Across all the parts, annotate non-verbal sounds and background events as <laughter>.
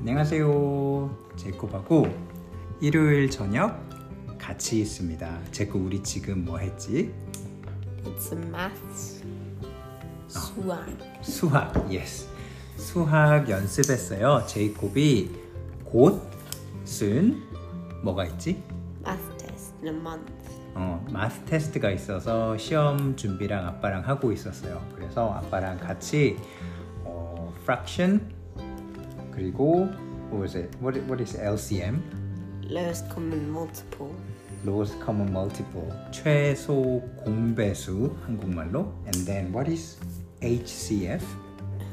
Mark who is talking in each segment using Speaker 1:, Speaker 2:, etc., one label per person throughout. Speaker 1: 안녕하세요. 제콥하고 일요일 저녁 같이 있습니다. 제콥 우리 지금 뭐 했지?
Speaker 2: It's a math. 수학.
Speaker 1: 수학. 예스. 수학 연습했어요. 제이콥이 곧 쓴 뭐가 있지?
Speaker 2: Math test in a month.
Speaker 1: 어, 마스 테스트가 있어서 시험 준비랑 아빠랑 하고 있었어요. 그래서 아빠랑 같이 어, fraction 그리고 what was it? What, what is LCM?
Speaker 2: Lowest common multiple.
Speaker 1: Lowest common multiple 최소 공배수 한국말로 and then what is HCF?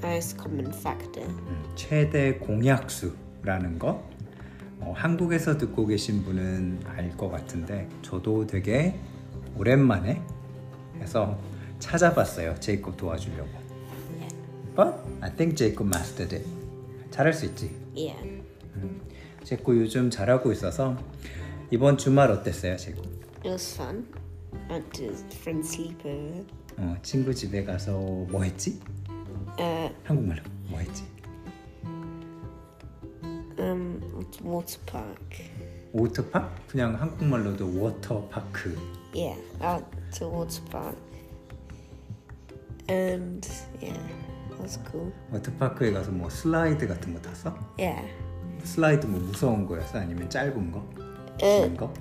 Speaker 2: Highest common factor.
Speaker 1: 음, 최대 공약수라는 거 어, 한국에서 듣고 계신 분은 알 것 같은데 저도 되게 오랜만에 해서 찾아봤어요 제이콥 도와주려고 But I think 제이콥 mastered it 잘할 수 있지
Speaker 2: Yeah.
Speaker 1: 제이콥 요즘 잘하고 있어서 이번 주말 어땠어요 제이콥?
Speaker 2: It was fun. I had to friend sleepover.
Speaker 1: 어, 친구 집에 가서 뭐 했지?
Speaker 2: Uh,
Speaker 1: 한국말로 뭐 했지?
Speaker 2: um, it's water park.
Speaker 1: 워터파크? 그냥 한국말로도 워터파크
Speaker 2: Yeah, out to water park. And yeah, that was cool.
Speaker 1: 워터파크에 가서 뭐 슬라이드 같은 거 탔어?
Speaker 2: Yeah.
Speaker 1: 슬라이드 뭐 무서운 거였어? 아니면 짧은 거? 긴
Speaker 2: Uh,
Speaker 1: 거?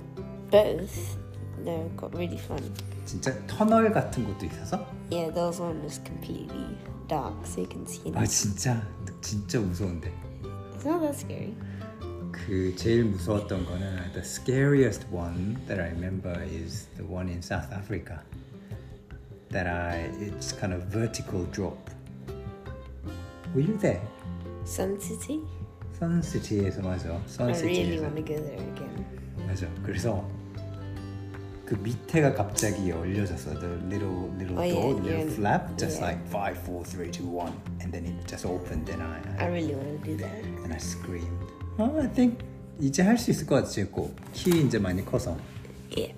Speaker 2: both. No, it got really fun.
Speaker 1: 진짜 터널 같은 것도 있어서?
Speaker 2: Yeah, there was one that's completely dark, so you can see
Speaker 1: 아
Speaker 2: nothing.
Speaker 1: 진짜 진짜 무서운데
Speaker 2: It's not that scary.
Speaker 1: 그 제일 무서웠던 거는 the scariest one that I remember is the one in South Africa that I it's kind of vertical drop. Were you there?
Speaker 2: Sun City?
Speaker 1: 선시티에서 맞아.
Speaker 2: I really
Speaker 1: 선시티에서
Speaker 2: want to go there again.
Speaker 1: 맞아. 그래서 그 밑에가 갑자기 열려졌어. The little little
Speaker 2: Oh, yeah,
Speaker 1: door,
Speaker 2: yeah.
Speaker 1: little flap, just
Speaker 2: Yeah.
Speaker 1: like five, four, three, two, one, and then it just opened, and I,
Speaker 2: I
Speaker 1: I
Speaker 2: really want to do that.
Speaker 1: and I screamed. Oh, I think 이제 할 수 있을 것 같아, 제코. 키 이제 많이 커서.
Speaker 2: Yeah.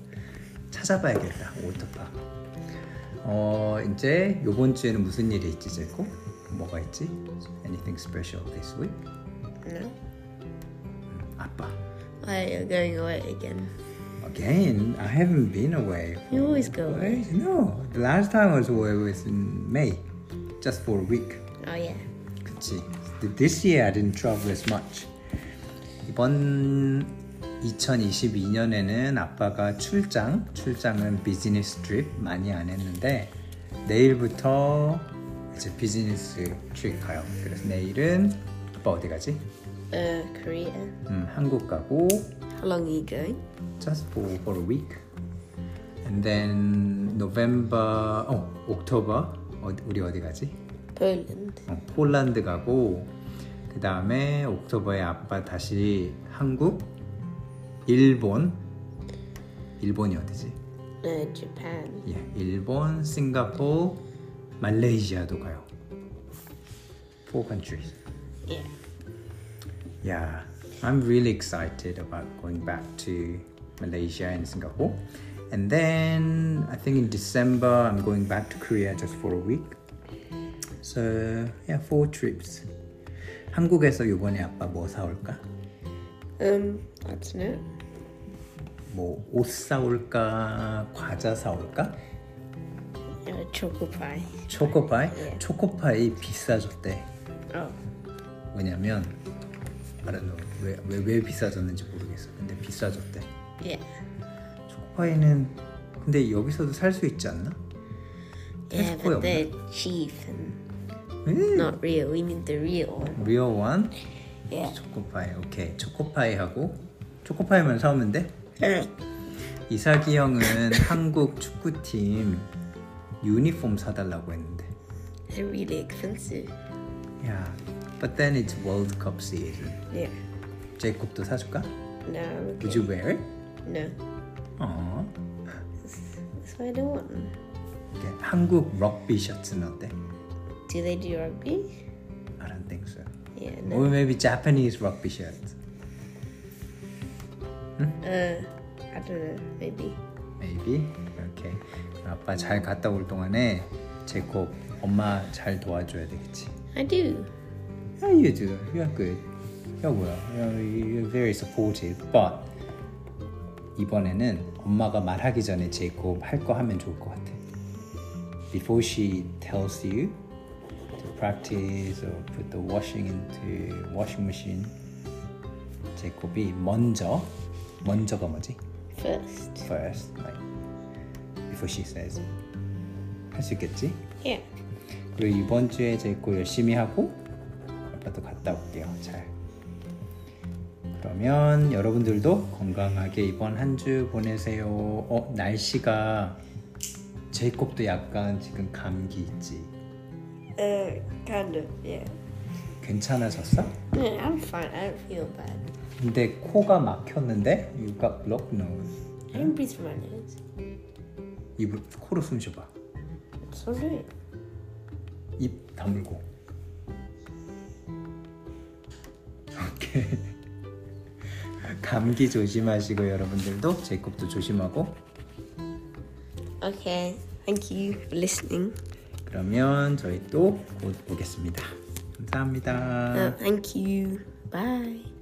Speaker 1: 찾아봐야겠다 워터파 어 이제 요번 주에는 무슨 일이 있지 제코? 뭐가 있지? Anything special this week?
Speaker 2: No?
Speaker 1: 아빠
Speaker 2: Why are you going away again?
Speaker 1: Again, I haven't been away. for-
Speaker 2: You always go away.
Speaker 1: No, the last time I was away was in May, just for a week.
Speaker 2: Oh, yeah.
Speaker 1: 그치. This year I didn't travel as much. 이번 2022년에는 아빠가 출장, 출장은 비즈니스 트립 많이 안 했는데 내일부터 이제 비즈니스 트립 가요. 그래서 내일은 아빠 어디 가지?
Speaker 2: Uh, Korea.
Speaker 1: 음, 한국 가고
Speaker 2: How long are you going?
Speaker 1: just for, for a week. And then November, 어, October 어, 우리 어디 가지?
Speaker 2: Poland.
Speaker 1: 어, 폴란드 가고 그 다음에 옥토버에 아빠 다시 한국, 일본, 일본이 어디지?
Speaker 2: Uh, Japan.
Speaker 1: 예, 일본, 싱가포르, 말레이시아도 가요. Four countries.
Speaker 2: Yeah.
Speaker 1: Yeah, I'm really excited about going back to Malaysia and Singapore. And then I think in December I'm going back to Korea just for a week. So yeah, four trips. 한국에서 이번에 아빠 뭐 사올까?
Speaker 2: Um, I don't know.
Speaker 1: 뭐 옷 사올까? 과자 사올까?
Speaker 2: Uh, chocolate pie.
Speaker 1: 초코파이? 초코파이 비싸졌대.
Speaker 2: Oh.
Speaker 1: 왜냐면 알았노 왜왜 왜 비싸졌는지 모르겠어. 근데 비싸졌대.
Speaker 2: Yeah.
Speaker 1: 초코파이는 근데 여기서도 살 수 있지 않나?
Speaker 2: Yeah,
Speaker 1: Tesco
Speaker 2: but
Speaker 1: 없나?
Speaker 2: they're cheap and
Speaker 1: 음,
Speaker 2: not real. We need the real one.
Speaker 1: 리얼 원
Speaker 2: Yeah.
Speaker 1: 초코파이 오케이 초코파이 하고 초코파이만 사오면 돼? 이삭이 형은 한국 축구팀 유니폼 사달라고 했는데
Speaker 2: They're really expensive.
Speaker 1: 야 But then it's World Cup season
Speaker 2: Yeah.
Speaker 1: 제이콥도 사줄까?
Speaker 2: No. I'm okay.
Speaker 1: Would you wear it?
Speaker 2: No.
Speaker 1: 어
Speaker 2: That's why I don't want them.
Speaker 1: 오케이. 한국 럭비 셔츠는 어때?
Speaker 2: Do they do rugby?
Speaker 1: I don't think so
Speaker 2: Yeah, no.
Speaker 1: Or maybe Japanese rugby shirt
Speaker 2: Uh, I don't know. Maybe.
Speaker 1: Maybe. 오케이. 아빠 잘 갔다 올 동안에 제콥 엄마 잘 도와줘야 되겠지.
Speaker 2: I do.
Speaker 1: Yeah, you do. You're good. Yeah, well, you- you're very supportive. But 이번에는 엄마가 말하기 전에 제이콥 할거 하면 좋을 것 같아. Before she tells you to practice or put the washing into washing machine, 제이콥이 먼저 먼저가 뭐지?
Speaker 2: First.
Speaker 1: First, like before she says 할 수 있겠지?
Speaker 2: Yeah.
Speaker 1: 그리고 이번 주에 제고 열심히 하고 아빠도 갔다 올게요. 잘. 그러면 여러분들도 건강하게 이번 한 주 보내세요. 어, 날씨가 제이콥도 약간 지금 감기 있지.
Speaker 2: Uh, kind of. Yeah.
Speaker 1: 괜찮아졌어?
Speaker 2: No, I'm fine. I don't feel bad.
Speaker 1: 근데 코가 막혔는데 you got blocked nose.
Speaker 2: I don't breathe through my nose.
Speaker 1: 입 코로 숨 쉬어봐.
Speaker 2: That's what I'm doing.
Speaker 1: 입 다물고. 오케이. <laughs> 감기 조심하시고 여러분들도 제이콥도 조심하고
Speaker 2: Okay. Thank you for listening.
Speaker 1: 그러면 저희 또 곧 보겠습니다. 감사합니다.
Speaker 2: Uh, thank you. Bye.